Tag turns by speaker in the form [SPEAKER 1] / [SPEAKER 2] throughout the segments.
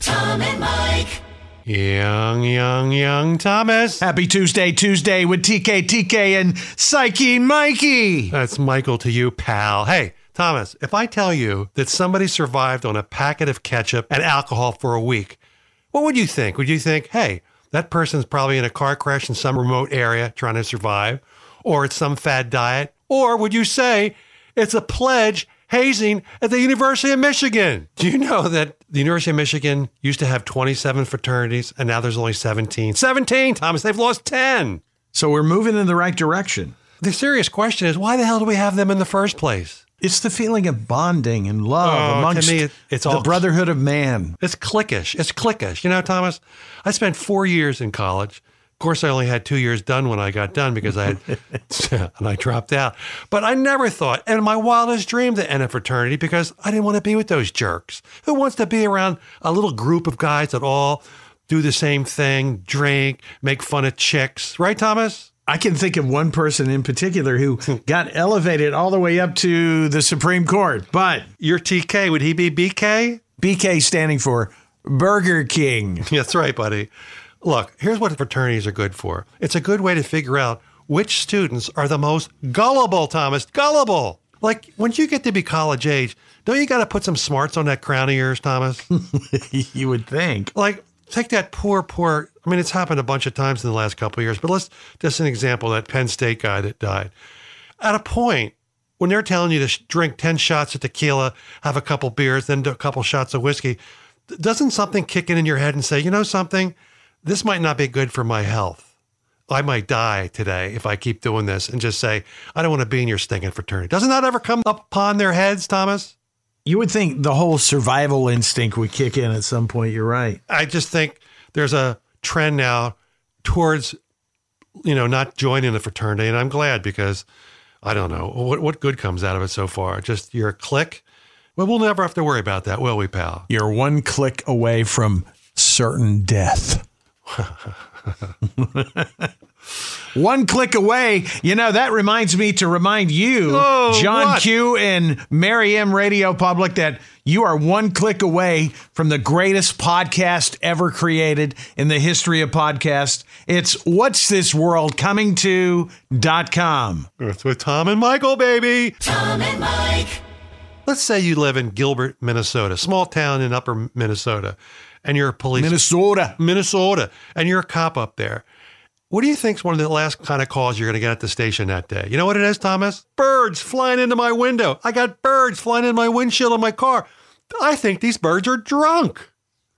[SPEAKER 1] Tom and Mike.
[SPEAKER 2] Young, young, young Thomas.
[SPEAKER 3] Happy Tuesday, Tuesday with TK, TK, and Psyche Mikey.
[SPEAKER 2] That's Michael to you, pal. Hey, Thomas, if I tell you that somebody survived on a packet of ketchup and alcohol for a week, what would you think? Would you think, hey, that person's probably in a car crash in some remote area trying to survive, or it's some fad diet? Or would you say it's a pledge hazing at the University of Michigan? Do you know that the University of Michigan used to have 27 fraternities and now there's only 17? 17, Thomas, they've lost 10.
[SPEAKER 3] So we're moving in the right direction.
[SPEAKER 2] The serious question is why the hell do we have them in the first place?
[SPEAKER 3] It's the feeling of bonding and love
[SPEAKER 2] Oh, to
[SPEAKER 3] amongst
[SPEAKER 2] me, it- it's
[SPEAKER 3] the
[SPEAKER 2] all-
[SPEAKER 3] brotherhood of man.
[SPEAKER 2] It's cliquish. It's cliquish. You know, Thomas, I spent four years in college. Of course, I only had two years done when I got done because I had, and I dropped out. But I never thought in my wildest dream to end a fraternity because I didn't want to be with those jerks. Who wants to be around a little group of guys that all do the same thing, drink, make fun of chicks? Right, Thomas?
[SPEAKER 3] I can think of one person in particular who got elevated all the way up to the Supreme Court, but
[SPEAKER 2] Your TK, would he be BK?
[SPEAKER 3] BK standing for Burger King.
[SPEAKER 2] That's right, buddy. Look, here's what fraternities are good for it's a good way to figure out which students are the most gullible, Thomas. Gullible. Like, once you get to be college age, don't you got to put some smarts on that crown of yours, Thomas?
[SPEAKER 3] you would think.
[SPEAKER 2] like, take that poor, poor. I mean, it's happened a bunch of times in the last couple of years, but let's just an example that Penn State guy that died. At a point, when they're telling you to sh- drink 10 shots of tequila, have a couple beers, then do a couple shots of whiskey, th- doesn't something kick in in your head and say, you know something? This might not be good for my health. I might die today if I keep doing this and just say, I don't want to be in your stinking fraternity. Doesn't that ever come upon their heads, Thomas?
[SPEAKER 3] You would think the whole survival instinct would kick in at some point. You're right.
[SPEAKER 2] I just think there's a trend now towards, you know, not joining the fraternity, and I'm glad because I don't know what what good comes out of it so far. Just you're a clique. Well, we'll never have to worry about that, will we, pal?
[SPEAKER 3] You're one click away from certain death. one click away. You know, that reminds me to remind you,
[SPEAKER 2] Oh,
[SPEAKER 3] John
[SPEAKER 2] what?
[SPEAKER 3] Q and Mary M Radio Public, that you are one click away from the greatest podcast ever created in the history of podcasts. It's What's This World Coming To.com.
[SPEAKER 2] It's with Tom and Michael, baby.
[SPEAKER 1] Tom and Mike.
[SPEAKER 2] Let's say you live in Gilbert, Minnesota, small town in Upper Minnesota, and you're a police
[SPEAKER 3] Minnesota.
[SPEAKER 2] Minnesota, and you're a cop up there. What do you think's one of the last kind of calls you're going to get at the station that day? You know what it is, Thomas? Birds flying into my window. I got birds flying in my windshield of my car. I think these birds are drunk.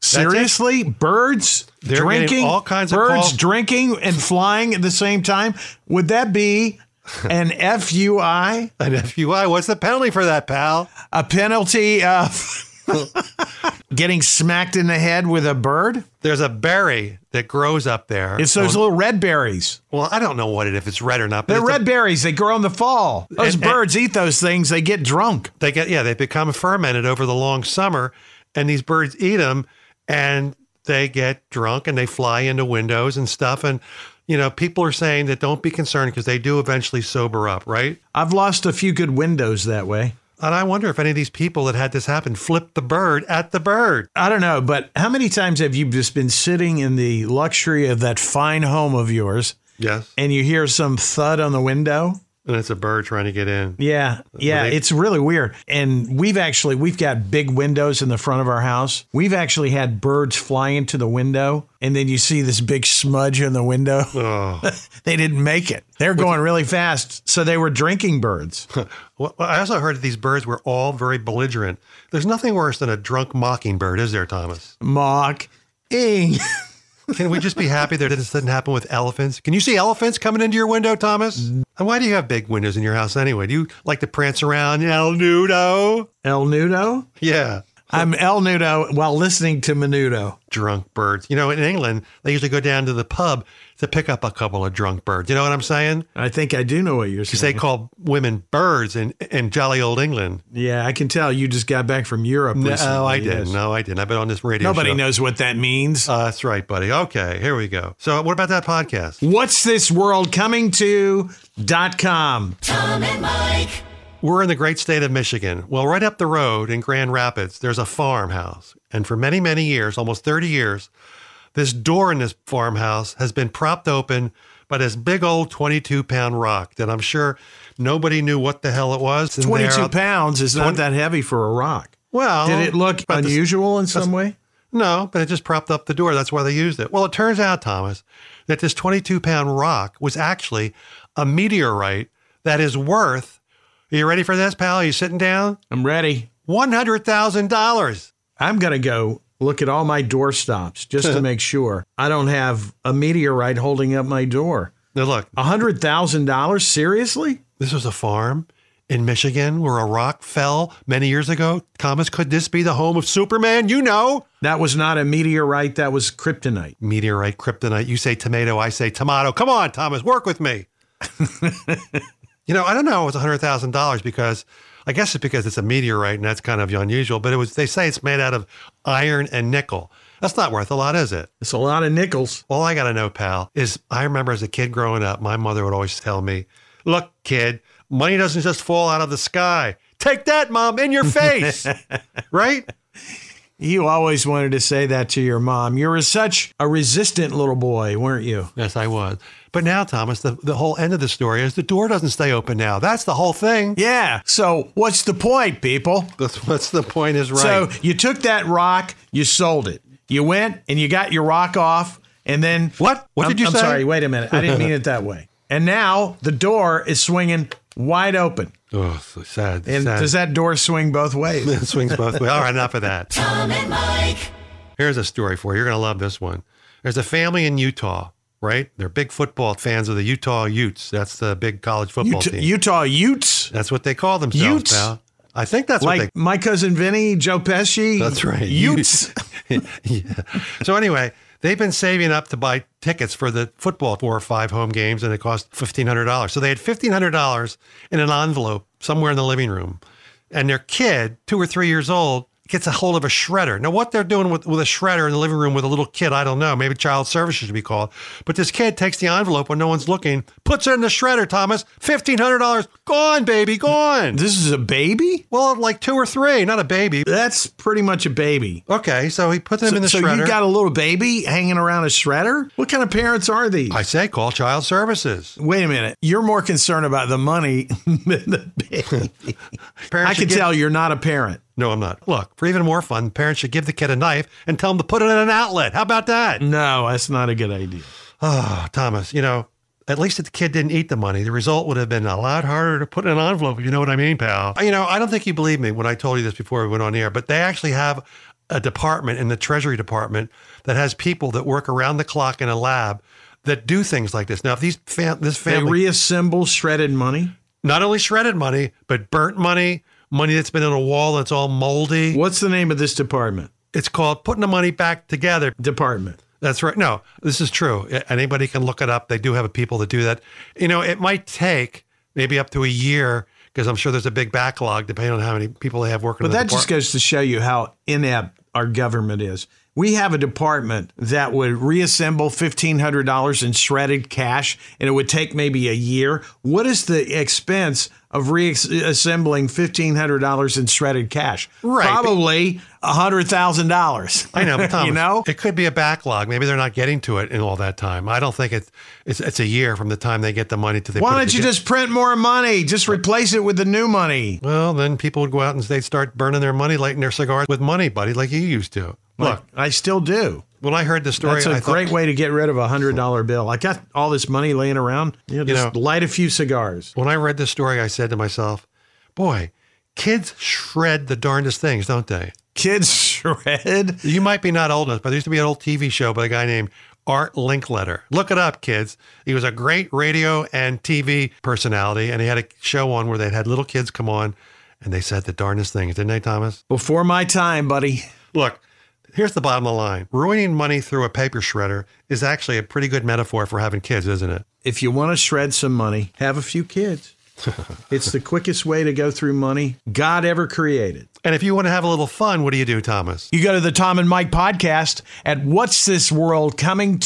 [SPEAKER 2] it.
[SPEAKER 3] Seriously, birds
[SPEAKER 2] They're
[SPEAKER 3] drinking
[SPEAKER 2] getting all kinds of
[SPEAKER 3] birds
[SPEAKER 2] calls.
[SPEAKER 3] drinking and flying at the same time. Would that be an FUI,
[SPEAKER 2] And FUI, what's the penalty for that, pal?
[SPEAKER 3] a penalty of getting smacked in the head with a bird?
[SPEAKER 2] There's a berry that grows up there.
[SPEAKER 3] It's those
[SPEAKER 2] On-
[SPEAKER 3] little red berries.
[SPEAKER 2] well, I don't know what it if it's red or not. But
[SPEAKER 3] They're
[SPEAKER 2] Oh. it's a-
[SPEAKER 3] red berries. They grow in the fall. Those
[SPEAKER 2] And- and-
[SPEAKER 3] birds eat those things. They get drunk.
[SPEAKER 2] they get yeah they become fermented over the long summer and these birds eat them and they get drunk and they fly into windows and stuff and you know people are saying that don't be concerned because they do eventually sober up right
[SPEAKER 3] I've lost a few good windows that way.
[SPEAKER 2] and i wonder if any of these people that had this happen flipped the bird at the bird
[SPEAKER 3] I don't know, but how many times have you just been sitting in the luxury of that fine home of yours
[SPEAKER 2] yes
[SPEAKER 3] and you hear some thud on the window?
[SPEAKER 2] and it's a bird trying to get in
[SPEAKER 3] Yeah, yeah,
[SPEAKER 2] they-
[SPEAKER 3] it's really weird. And we've actually we've got big windows in the front of our house. We've actually had birds fly into the window, and then you see this big smudge in the window.
[SPEAKER 2] oh
[SPEAKER 3] they didn't make it. They're going really fast, so they were drinking birds.
[SPEAKER 2] Well, i also heard that these birds were all very belligerent there's nothing worse than a drunk mockingbird is there thomas
[SPEAKER 3] Mock, ing.
[SPEAKER 2] Can we just be happy that this didn't happen with elephants? Can you see elephants coming into your window, Thomas? And why do you have big windows in your house anyway? Do you like to prance around El Nudo?
[SPEAKER 3] El Nudo.
[SPEAKER 2] Yeah.
[SPEAKER 3] I'm El Nudo while listening to Menudo.
[SPEAKER 2] Drunk birds. You know, in England, they usually go down to the pub to pick up a couple of drunk birds. You know what I'm saying?
[SPEAKER 3] I think I do know what you're
[SPEAKER 2] Because they
[SPEAKER 3] saying.
[SPEAKER 2] call women birds in, in jolly old England.
[SPEAKER 3] yeah, I can tell you just got back from Europe. recently.
[SPEAKER 2] No, I
[SPEAKER 3] Yes.
[SPEAKER 2] didn't. No, I didn't. I've been on this radio
[SPEAKER 3] Nobody
[SPEAKER 2] show.
[SPEAKER 3] knows what that means.
[SPEAKER 2] Uh, that's right, buddy. Okay, here we go. So, what about that podcast?
[SPEAKER 3] What's this world coming to? Dot com.
[SPEAKER 1] Tom and Mike.
[SPEAKER 2] We're in the great state of Michigan. Well, right up the road in Grand Rapids, there's a farmhouse, And for many, many years, almost 30 years, this door in this farmhouse has been propped open by this big old 22 pound rock that I'm sure nobody knew what the hell it was. And they're
[SPEAKER 3] 22
[SPEAKER 2] out-
[SPEAKER 3] pounds is not that heavy for a rock.
[SPEAKER 2] Well,
[SPEAKER 3] Did it look
[SPEAKER 2] but the-
[SPEAKER 3] unusual in some way?
[SPEAKER 2] no, but it just propped up the door. That's why they used it. Well, it turns out, Thomas, that this 22 pound rock was actually a meteorite that is worth, are you ready for this, pal? Are you sitting down?
[SPEAKER 3] I'm ready.
[SPEAKER 2] $100,000.
[SPEAKER 3] I'm going to go look at all my door stops just to make sure I don't have a meteorite holding up my door.
[SPEAKER 2] Now, look,
[SPEAKER 3] $100,000? Seriously?
[SPEAKER 2] this was a farm in Michigan where a rock fell many years ago. Thomas, could this be the home of Superman? You know,
[SPEAKER 3] That was not a meteorite, that was kryptonite.
[SPEAKER 2] meteorite, kryptonite. You say tomato, I say tomato. Come on, Thomas, work with me. you know, I don't know. It was hundred thousand dollars because I guess it's because it's a meteorite and that's kind of unusual. But it was. They say it's made out of iron and nickel. That's not worth a lot, is it?
[SPEAKER 3] It's a lot of nickels.
[SPEAKER 2] All I got to know, pal, is I remember as a kid growing up, my mother would always tell me, Look, kid, money doesn't just fall out of the sky. Take that, mom, in your face. right?
[SPEAKER 3] You always wanted to say that to your mom. You were such a resistant little boy, weren't you?
[SPEAKER 2] Yes, I was. But now, Thomas, the, the whole end of the story is the door doesn't stay open now. That's the whole thing.
[SPEAKER 3] Yeah. So, what's the point, people?
[SPEAKER 2] That's, that's the point, is right.
[SPEAKER 3] So, you took that rock, you sold it. You went and you got your rock off, and then.
[SPEAKER 2] What? What
[SPEAKER 3] I'm,
[SPEAKER 2] did you
[SPEAKER 3] I'm
[SPEAKER 2] say?
[SPEAKER 3] sorry. Wait a minute. I didn't mean it that way. And now the door is swinging wide open.
[SPEAKER 2] oh, so sad.
[SPEAKER 3] And
[SPEAKER 2] sad.
[SPEAKER 3] does that door swing both ways?
[SPEAKER 2] it swings both ways. All right, enough of that.
[SPEAKER 1] Tom and Mike.
[SPEAKER 2] Here's a story for you. You're going to love this one. There's a family in Utah, right? They're big football fans of the Utah Utes. That's the big college football
[SPEAKER 3] Ut-
[SPEAKER 2] team.
[SPEAKER 3] Utah Utes,
[SPEAKER 2] That's what they call themselves,
[SPEAKER 3] Utes?
[SPEAKER 2] pal. I think that's
[SPEAKER 3] like
[SPEAKER 2] what they.
[SPEAKER 3] my cousin Vinny, Joe Pesci.
[SPEAKER 2] That's right.
[SPEAKER 3] Utes.
[SPEAKER 2] yeah. So anyway, they've been saving up to buy tickets for the football four or five home games, and it cost fifteen hundred dollars. So they had fifteen hundred dollars in an envelope somewhere in the living room, and their kid, two or three years old, gets a hold of a shredder. Now, what they're doing with, with a shredder in the living room with a little kid, I don't know. Maybe child services should be called. But this kid takes the envelope when no one's looking, puts it in the shredder. Thomas, fifteen hundred dollars gone, baby, gone.
[SPEAKER 3] this is a baby.
[SPEAKER 2] Well, like two or three, not a baby.
[SPEAKER 3] That's pretty much a baby.
[SPEAKER 2] Okay, so he put them in the
[SPEAKER 3] so
[SPEAKER 2] shredder.
[SPEAKER 3] you got a little baby hanging around a shredder? What kind of parents are these?
[SPEAKER 2] I say call child services.
[SPEAKER 3] Wait a minute. You're more concerned about the money than the baby.
[SPEAKER 2] Parents
[SPEAKER 3] I
[SPEAKER 2] should
[SPEAKER 3] can
[SPEAKER 2] give-
[SPEAKER 3] tell you're not a parent.
[SPEAKER 2] No, I'm not. Look, for even more fun, parents should give the kid a knife and tell him to put it in an outlet. How about that?
[SPEAKER 3] No, that's not a good idea.
[SPEAKER 2] Oh, Thomas, you know, at least if the kid didn't eat the money, the result would have been a lot harder to put in an envelope, if you know what I mean, pal. You know, I don't think you believe me when I told you this before we went on air, but they actually have a department in the Treasury Department that has people that work around the clock in a lab that do things like this. Now, if these fam- this
[SPEAKER 3] They
[SPEAKER 2] family
[SPEAKER 3] reassemble shredded money.
[SPEAKER 2] not only shredded money, but burnt money, money that's been in a wall that's all moldy.
[SPEAKER 3] What's the name of this department?
[SPEAKER 2] It's called putting the money back together.
[SPEAKER 3] Department.
[SPEAKER 2] That's right. No, this is true. A- Anybody can look it up. They do have people that do that. You know, it might take maybe up to a year because I'm sure there's a big backlog depending on how many people they have working.
[SPEAKER 3] But
[SPEAKER 2] in the
[SPEAKER 3] that just
[SPEAKER 2] depart-
[SPEAKER 3] goes to show you how inept our government is. We have a department that would reassemble $1,500 in shredded cash, and it would take maybe a year. What is the expense of reassembling $1,500 in shredded cash?
[SPEAKER 2] Right.
[SPEAKER 3] Probably $100,000.
[SPEAKER 2] I know, but Thomas,
[SPEAKER 3] you know?
[SPEAKER 2] it could be a backlog. Maybe they're not getting to it in all that time. I don't think it's it's, it's a year from the time they get the money to the.
[SPEAKER 3] Why don't you just print more money? Just replace it with the new money.
[SPEAKER 2] Well, then people would go out and they'd start burning their money, lighting their cigars with money, buddy, like you used to. Look,
[SPEAKER 3] I still do.
[SPEAKER 2] when I heard the story,
[SPEAKER 3] That's a
[SPEAKER 2] I thought-
[SPEAKER 3] great way to get rid of a hundred dollar bill. I got all this money laying around. You know, just
[SPEAKER 2] know-
[SPEAKER 3] light a few cigars.
[SPEAKER 2] When I read this story, I said to myself, boy, kids shred the darndest things, don't they?
[SPEAKER 3] Kids shred.
[SPEAKER 2] You might be not old enough, but there used to be an old TV show by a guy named Art Linkletter. Look it up, kids. He was a great radio and TV personality, and he had a show on where they had little kids come on and they said the darndest things, didn't they, Thomas?
[SPEAKER 3] Before my time, buddy.
[SPEAKER 2] Look, here's the bottom line ruining money through a paper shredder is actually a pretty good metaphor for having kids, isn't it?
[SPEAKER 3] If you want to shred some money, have a few kids. it's the quickest way to go through money God ever created.
[SPEAKER 2] And if you want to have a little fun, what do you do, Thomas?
[SPEAKER 3] You go to the Tom and Mike podcast at what's this world coming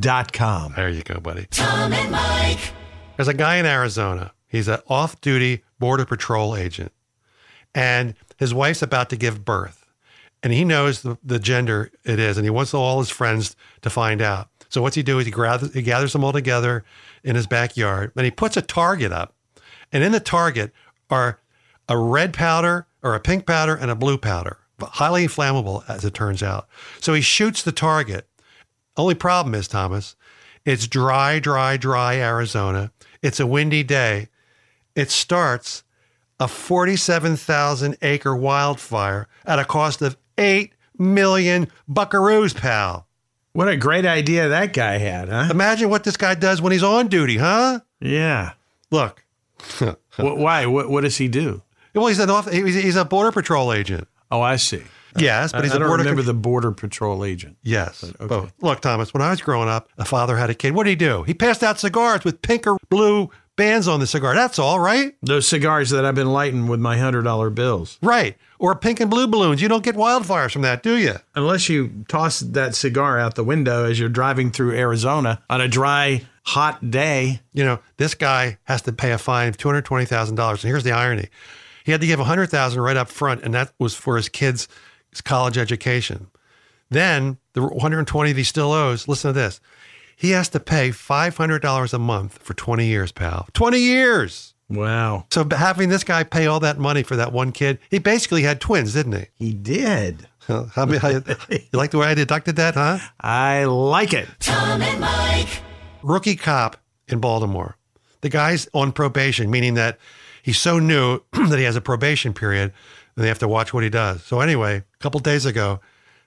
[SPEAKER 3] to.com.
[SPEAKER 2] There you go, buddy.
[SPEAKER 1] Tom and Mike.
[SPEAKER 2] There's a guy in Arizona. He's an off duty border patrol agent, and his wife's about to give birth. and he knows the, the gender it is, and he wants all his friends to find out. So what's he do is he gathers, he gathers them all together in his backyard, and he puts a target up, and in the target are a red powder or a pink powder and a blue powder, but highly flammable as it turns out. So he shoots the target. Only problem is Thomas, it's dry, dry, dry Arizona. It's a windy day. It starts a 47,000 acre wildfire at a cost of 8 million buckaroos, pal.
[SPEAKER 3] What a great idea that guy had, huh?
[SPEAKER 2] Imagine what this guy does when he's on duty, huh?
[SPEAKER 3] Yeah.
[SPEAKER 2] Look,
[SPEAKER 3] Wh- why? What, what does he do?
[SPEAKER 2] well, he's an off, he's, he's a border patrol agent.
[SPEAKER 3] Oh, I see.
[SPEAKER 2] Yes, but he's
[SPEAKER 3] I
[SPEAKER 2] a
[SPEAKER 3] don't
[SPEAKER 2] border
[SPEAKER 3] remember
[SPEAKER 2] con-
[SPEAKER 3] the border patrol agent.
[SPEAKER 2] Yes. But look, Thomas, when I was growing up, a father had a kid. What did he do? He passed out cigars with pink or blue bands on the cigar. That's all, right?
[SPEAKER 3] Those cigars that I've been lighting with my hundred dollar bills.
[SPEAKER 2] Right. Or pink and blue balloons. You don't get wildfires from that, do you?
[SPEAKER 3] Unless you toss that cigar out the window as you're driving through Arizona on a dry, hot day.
[SPEAKER 2] you know, this guy has to pay a fine of two hundred twenty thousand dollars. And here's the irony: he had to give a hundred thousand right up front, and that was for his kids' his college education. Then the one hundred twenty that he still owes. Listen to this: he has to pay five hundred dollars a month for twenty years, pal. Twenty years.
[SPEAKER 3] Wow.
[SPEAKER 2] So having this guy pay all that money for that one kid, he basically had twins, didn't he?
[SPEAKER 3] He did.
[SPEAKER 2] I mean, I- you like the way I deducted that, huh?
[SPEAKER 3] I like it.
[SPEAKER 1] Tom and Mike.
[SPEAKER 2] rookie cop in Baltimore. The guy's on probation, meaning that he's so new that he has a probation period and they have to watch what he does. So, anyway, a couple days ago,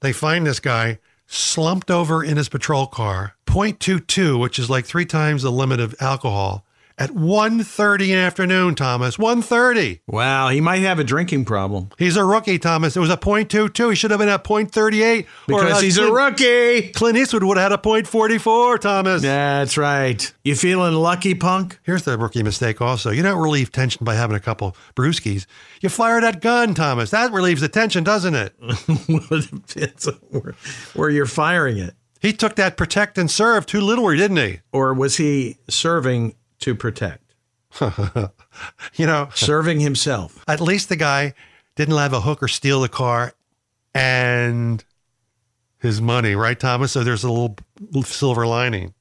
[SPEAKER 2] they find this guy slumped over in his patrol car, 0.22, which is like three times the limit of alcohol, at 1.30 in the afternoon, Thomas. 1.30.
[SPEAKER 3] Wow. He might have a drinking problem
[SPEAKER 2] He's a rookie, Thomas. It was a 0.22. He should have been at 0.38. or
[SPEAKER 3] because he's a
[SPEAKER 2] Clint-
[SPEAKER 3] rookie.
[SPEAKER 2] Clint Eastwood would have had a 0.44, Thomas.
[SPEAKER 3] That's right. You feeling lucky, punk?
[SPEAKER 2] Here's the rookie mistake also. You don't relieve tension by having a couple brewskis. You fire that gun, Thomas. That relieves the tension, doesn't it?
[SPEAKER 3] well, it depends on where, where you're firing it.
[SPEAKER 2] He took that protect and serve too little, didn't he?
[SPEAKER 3] Or was he serving to protect?
[SPEAKER 2] You know,
[SPEAKER 3] Serving himself.
[SPEAKER 2] at least the guy didn't have a hooker steal the car and his money, right, Thomas? So there's a little silver lining.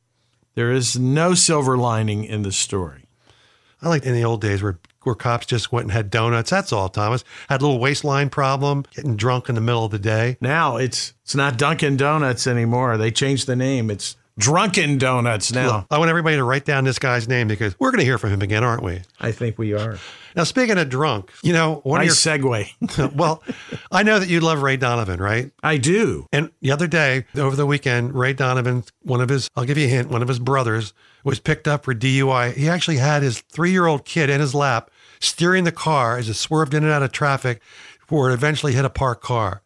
[SPEAKER 3] There is no silver lining in the story.
[SPEAKER 2] I like in the old days where where cops just went and had donuts. That's all, Thomas. Had a little waistline problem, getting drunk in the middle of the day.
[SPEAKER 3] Now it's it's not Dunkin' Donuts anymore. They changed the name. It's Drunken Donuts now.
[SPEAKER 2] I want everybody to write down this guy's name because we're going to hear from him again, aren't we?
[SPEAKER 3] I think we are.
[SPEAKER 2] Now, speaking of drunk, you know, one
[SPEAKER 3] Nice
[SPEAKER 2] of
[SPEAKER 3] segue.
[SPEAKER 2] your, well, I know that you love Ray Donovan, right?
[SPEAKER 3] I do.
[SPEAKER 2] And the other day, over the weekend, Ray Donovan, one of his, I'll give you a hint, one of his brothers was picked up for DUI. He actually had his three year old kid in his lap steering the car as it swerved in and out of traffic where it eventually hit a parked car.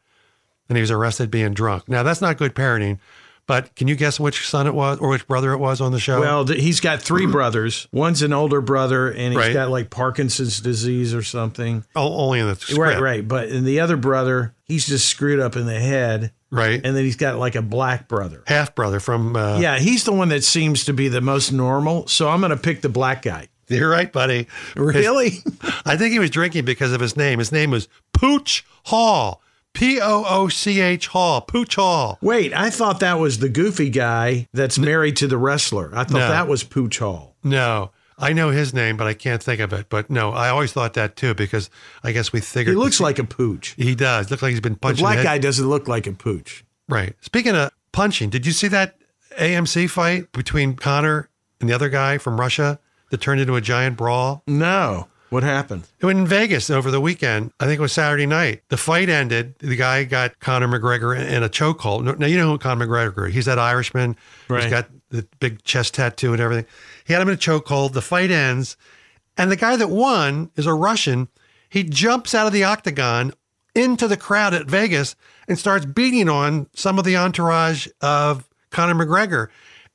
[SPEAKER 2] And he was arrested being drunk. Now, that's not good parenting, but can you guess which son it was or which brother it was on the show?
[SPEAKER 3] Well, th- he's got three brothers. One's an older brother, and he's
[SPEAKER 2] Right.
[SPEAKER 3] got like Parkinson's disease or something.
[SPEAKER 2] O- Oh, only in the script.
[SPEAKER 3] Right, right. But and the other brother, he's just screwed up in the head,
[SPEAKER 2] Right.
[SPEAKER 3] and then he's got like a black brother.
[SPEAKER 2] Half brother from. Uh,
[SPEAKER 3] Yeah, he's the one that seems to be the most normal. So I'm going to pick the black guy.
[SPEAKER 2] You're right, buddy.
[SPEAKER 3] Really?
[SPEAKER 2] I think he was drinking because of his name. His name was Pooch Hall. P O O C H Hall. Pooch Hall.
[SPEAKER 3] Wait, I thought that was the goofy guy that's married to the wrestler. I thought
[SPEAKER 2] No.
[SPEAKER 3] that was Pooch Hall.
[SPEAKER 2] No, I know his name, but I can't think of it. But no, I always thought that too because I guess we figured
[SPEAKER 3] He looks like a pooch.
[SPEAKER 2] he does. Look like he's been
[SPEAKER 3] The
[SPEAKER 2] punching.
[SPEAKER 3] black
[SPEAKER 2] the
[SPEAKER 3] guy
[SPEAKER 2] head.
[SPEAKER 3] doesn't look like a pooch.
[SPEAKER 2] Right. Speaking of punching, did you see that AMC fight between Connor and the other guy from Russia that turned into a giant brawl?
[SPEAKER 3] No. What happened?
[SPEAKER 2] It was in Vegas over the weekend. I think it was Saturday night. The fight ended. The guy got Conor McGregor in- in a chokehold. Now you know who Conor McGregor. is. He's that Irishman.
[SPEAKER 3] Right.
[SPEAKER 2] He's got the big chest tattoo and everything. He had him in a chokehold. The fight ends, and the guy that won is a Russian. He jumps out of the octagon into the crowd at Vegas and starts beating on some of the entourage of Conor McGregor.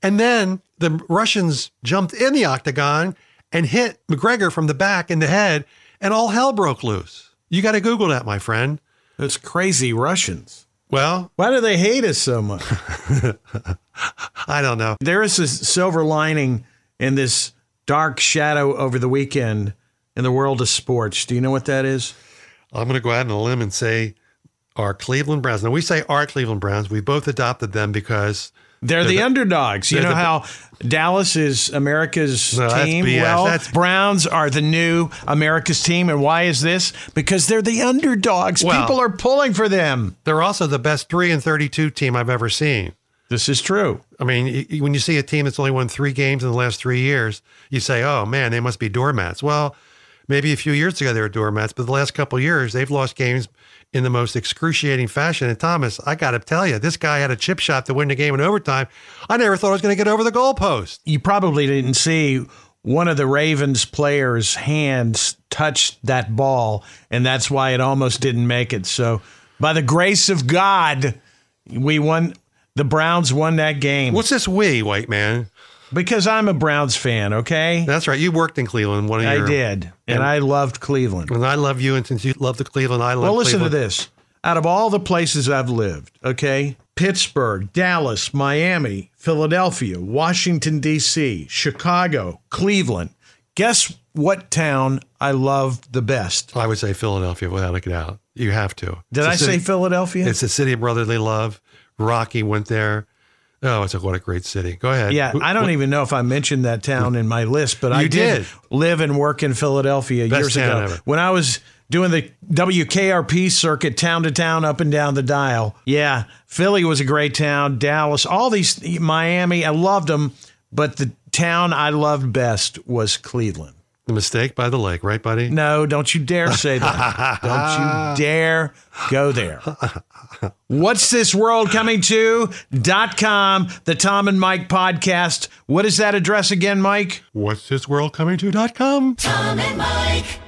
[SPEAKER 2] And then the Russians jumped in the octagon and hit McGregor from the back in the head, and all hell broke loose. You got to Google that, my friend.
[SPEAKER 3] Those crazy Russians.
[SPEAKER 2] Well,
[SPEAKER 3] Why do they hate us so much?
[SPEAKER 2] I don't know.
[SPEAKER 3] there is a silver lining in this dark shadow over the weekend in the world of sports. Do you know what that is?
[SPEAKER 2] I'm going to go out on a limb and say our Cleveland Browns. Now, we say our Cleveland Browns. We both adopted them because
[SPEAKER 3] They're, the, underdogs. You
[SPEAKER 2] they're the-
[SPEAKER 3] know how Dallas is America's
[SPEAKER 2] No, that's
[SPEAKER 3] team?
[SPEAKER 2] BS.
[SPEAKER 3] Well,
[SPEAKER 2] That's-
[SPEAKER 3] Browns are the new America's team. And why is this? Because they're the underdogs.
[SPEAKER 2] Well-
[SPEAKER 3] People are pulling for them.
[SPEAKER 2] they're also the best 3 and 32 team I've ever seen.
[SPEAKER 3] This is true.
[SPEAKER 2] I mean, y- y- when you see a team that's only won three games in the last three years, you say, "Oh man, they must be doormats." Well, maybe a few years ago they were doormats, but the last couple of years they've lost games in the most excruciating fashion. And Thomas, I got to tell you, this guy had a chip shot to win the game in overtime. I never thought I was going to get over the goalpost.
[SPEAKER 3] you probably didn't see one of the Ravens players' hands touched that ball, and that's why it almost didn't make it. So, by the grace of God, we won. The Browns won that game
[SPEAKER 2] What's this we, white man?
[SPEAKER 3] because I'm a Browns fan. Okay,
[SPEAKER 2] That's right. You worked in Cleveland one of
[SPEAKER 3] I
[SPEAKER 2] your.
[SPEAKER 3] did, and I loved Cleveland.
[SPEAKER 2] And I love you, and since you love the Cleveland, I love.
[SPEAKER 3] Well, listen
[SPEAKER 2] Cleveland.
[SPEAKER 3] to this. Out of all the places I've lived, okay, Pittsburgh, Dallas, Miami, Philadelphia, Washington, D.C., Chicago, Cleveland, guess what town I love the best?
[SPEAKER 2] I would say Philadelphia without a doubt. You have to.
[SPEAKER 3] Did
[SPEAKER 2] It's a
[SPEAKER 3] I say
[SPEAKER 2] city-
[SPEAKER 3] Philadelphia?
[SPEAKER 2] It's a city of brotherly love. Rocky went there. Oh, it's a, what a great city. Go ahead.
[SPEAKER 3] yeah,
[SPEAKER 2] Wh-
[SPEAKER 3] I don't
[SPEAKER 2] wh-
[SPEAKER 3] even know if I mentioned that town in my list, but I
[SPEAKER 2] You
[SPEAKER 3] did,
[SPEAKER 2] did.
[SPEAKER 3] live and work in Philadelphia
[SPEAKER 2] Best
[SPEAKER 3] years
[SPEAKER 2] town
[SPEAKER 3] ago.
[SPEAKER 2] ever.
[SPEAKER 3] When I was doing the WKRP circuit town to town, up and down the dial. Yeah, Philly was a great town, Dallas, all these, Miami, I loved them, but the town I loved best was Cleveland.
[SPEAKER 2] the mistake by the lake, right, buddy?
[SPEAKER 3] No, don't you dare say that. don't you dare go there. What's this world coming to? dot com, the Tom and Mike podcast. What is that address again, Mike?
[SPEAKER 2] What's this world coming to.com?
[SPEAKER 1] Tom and Mike.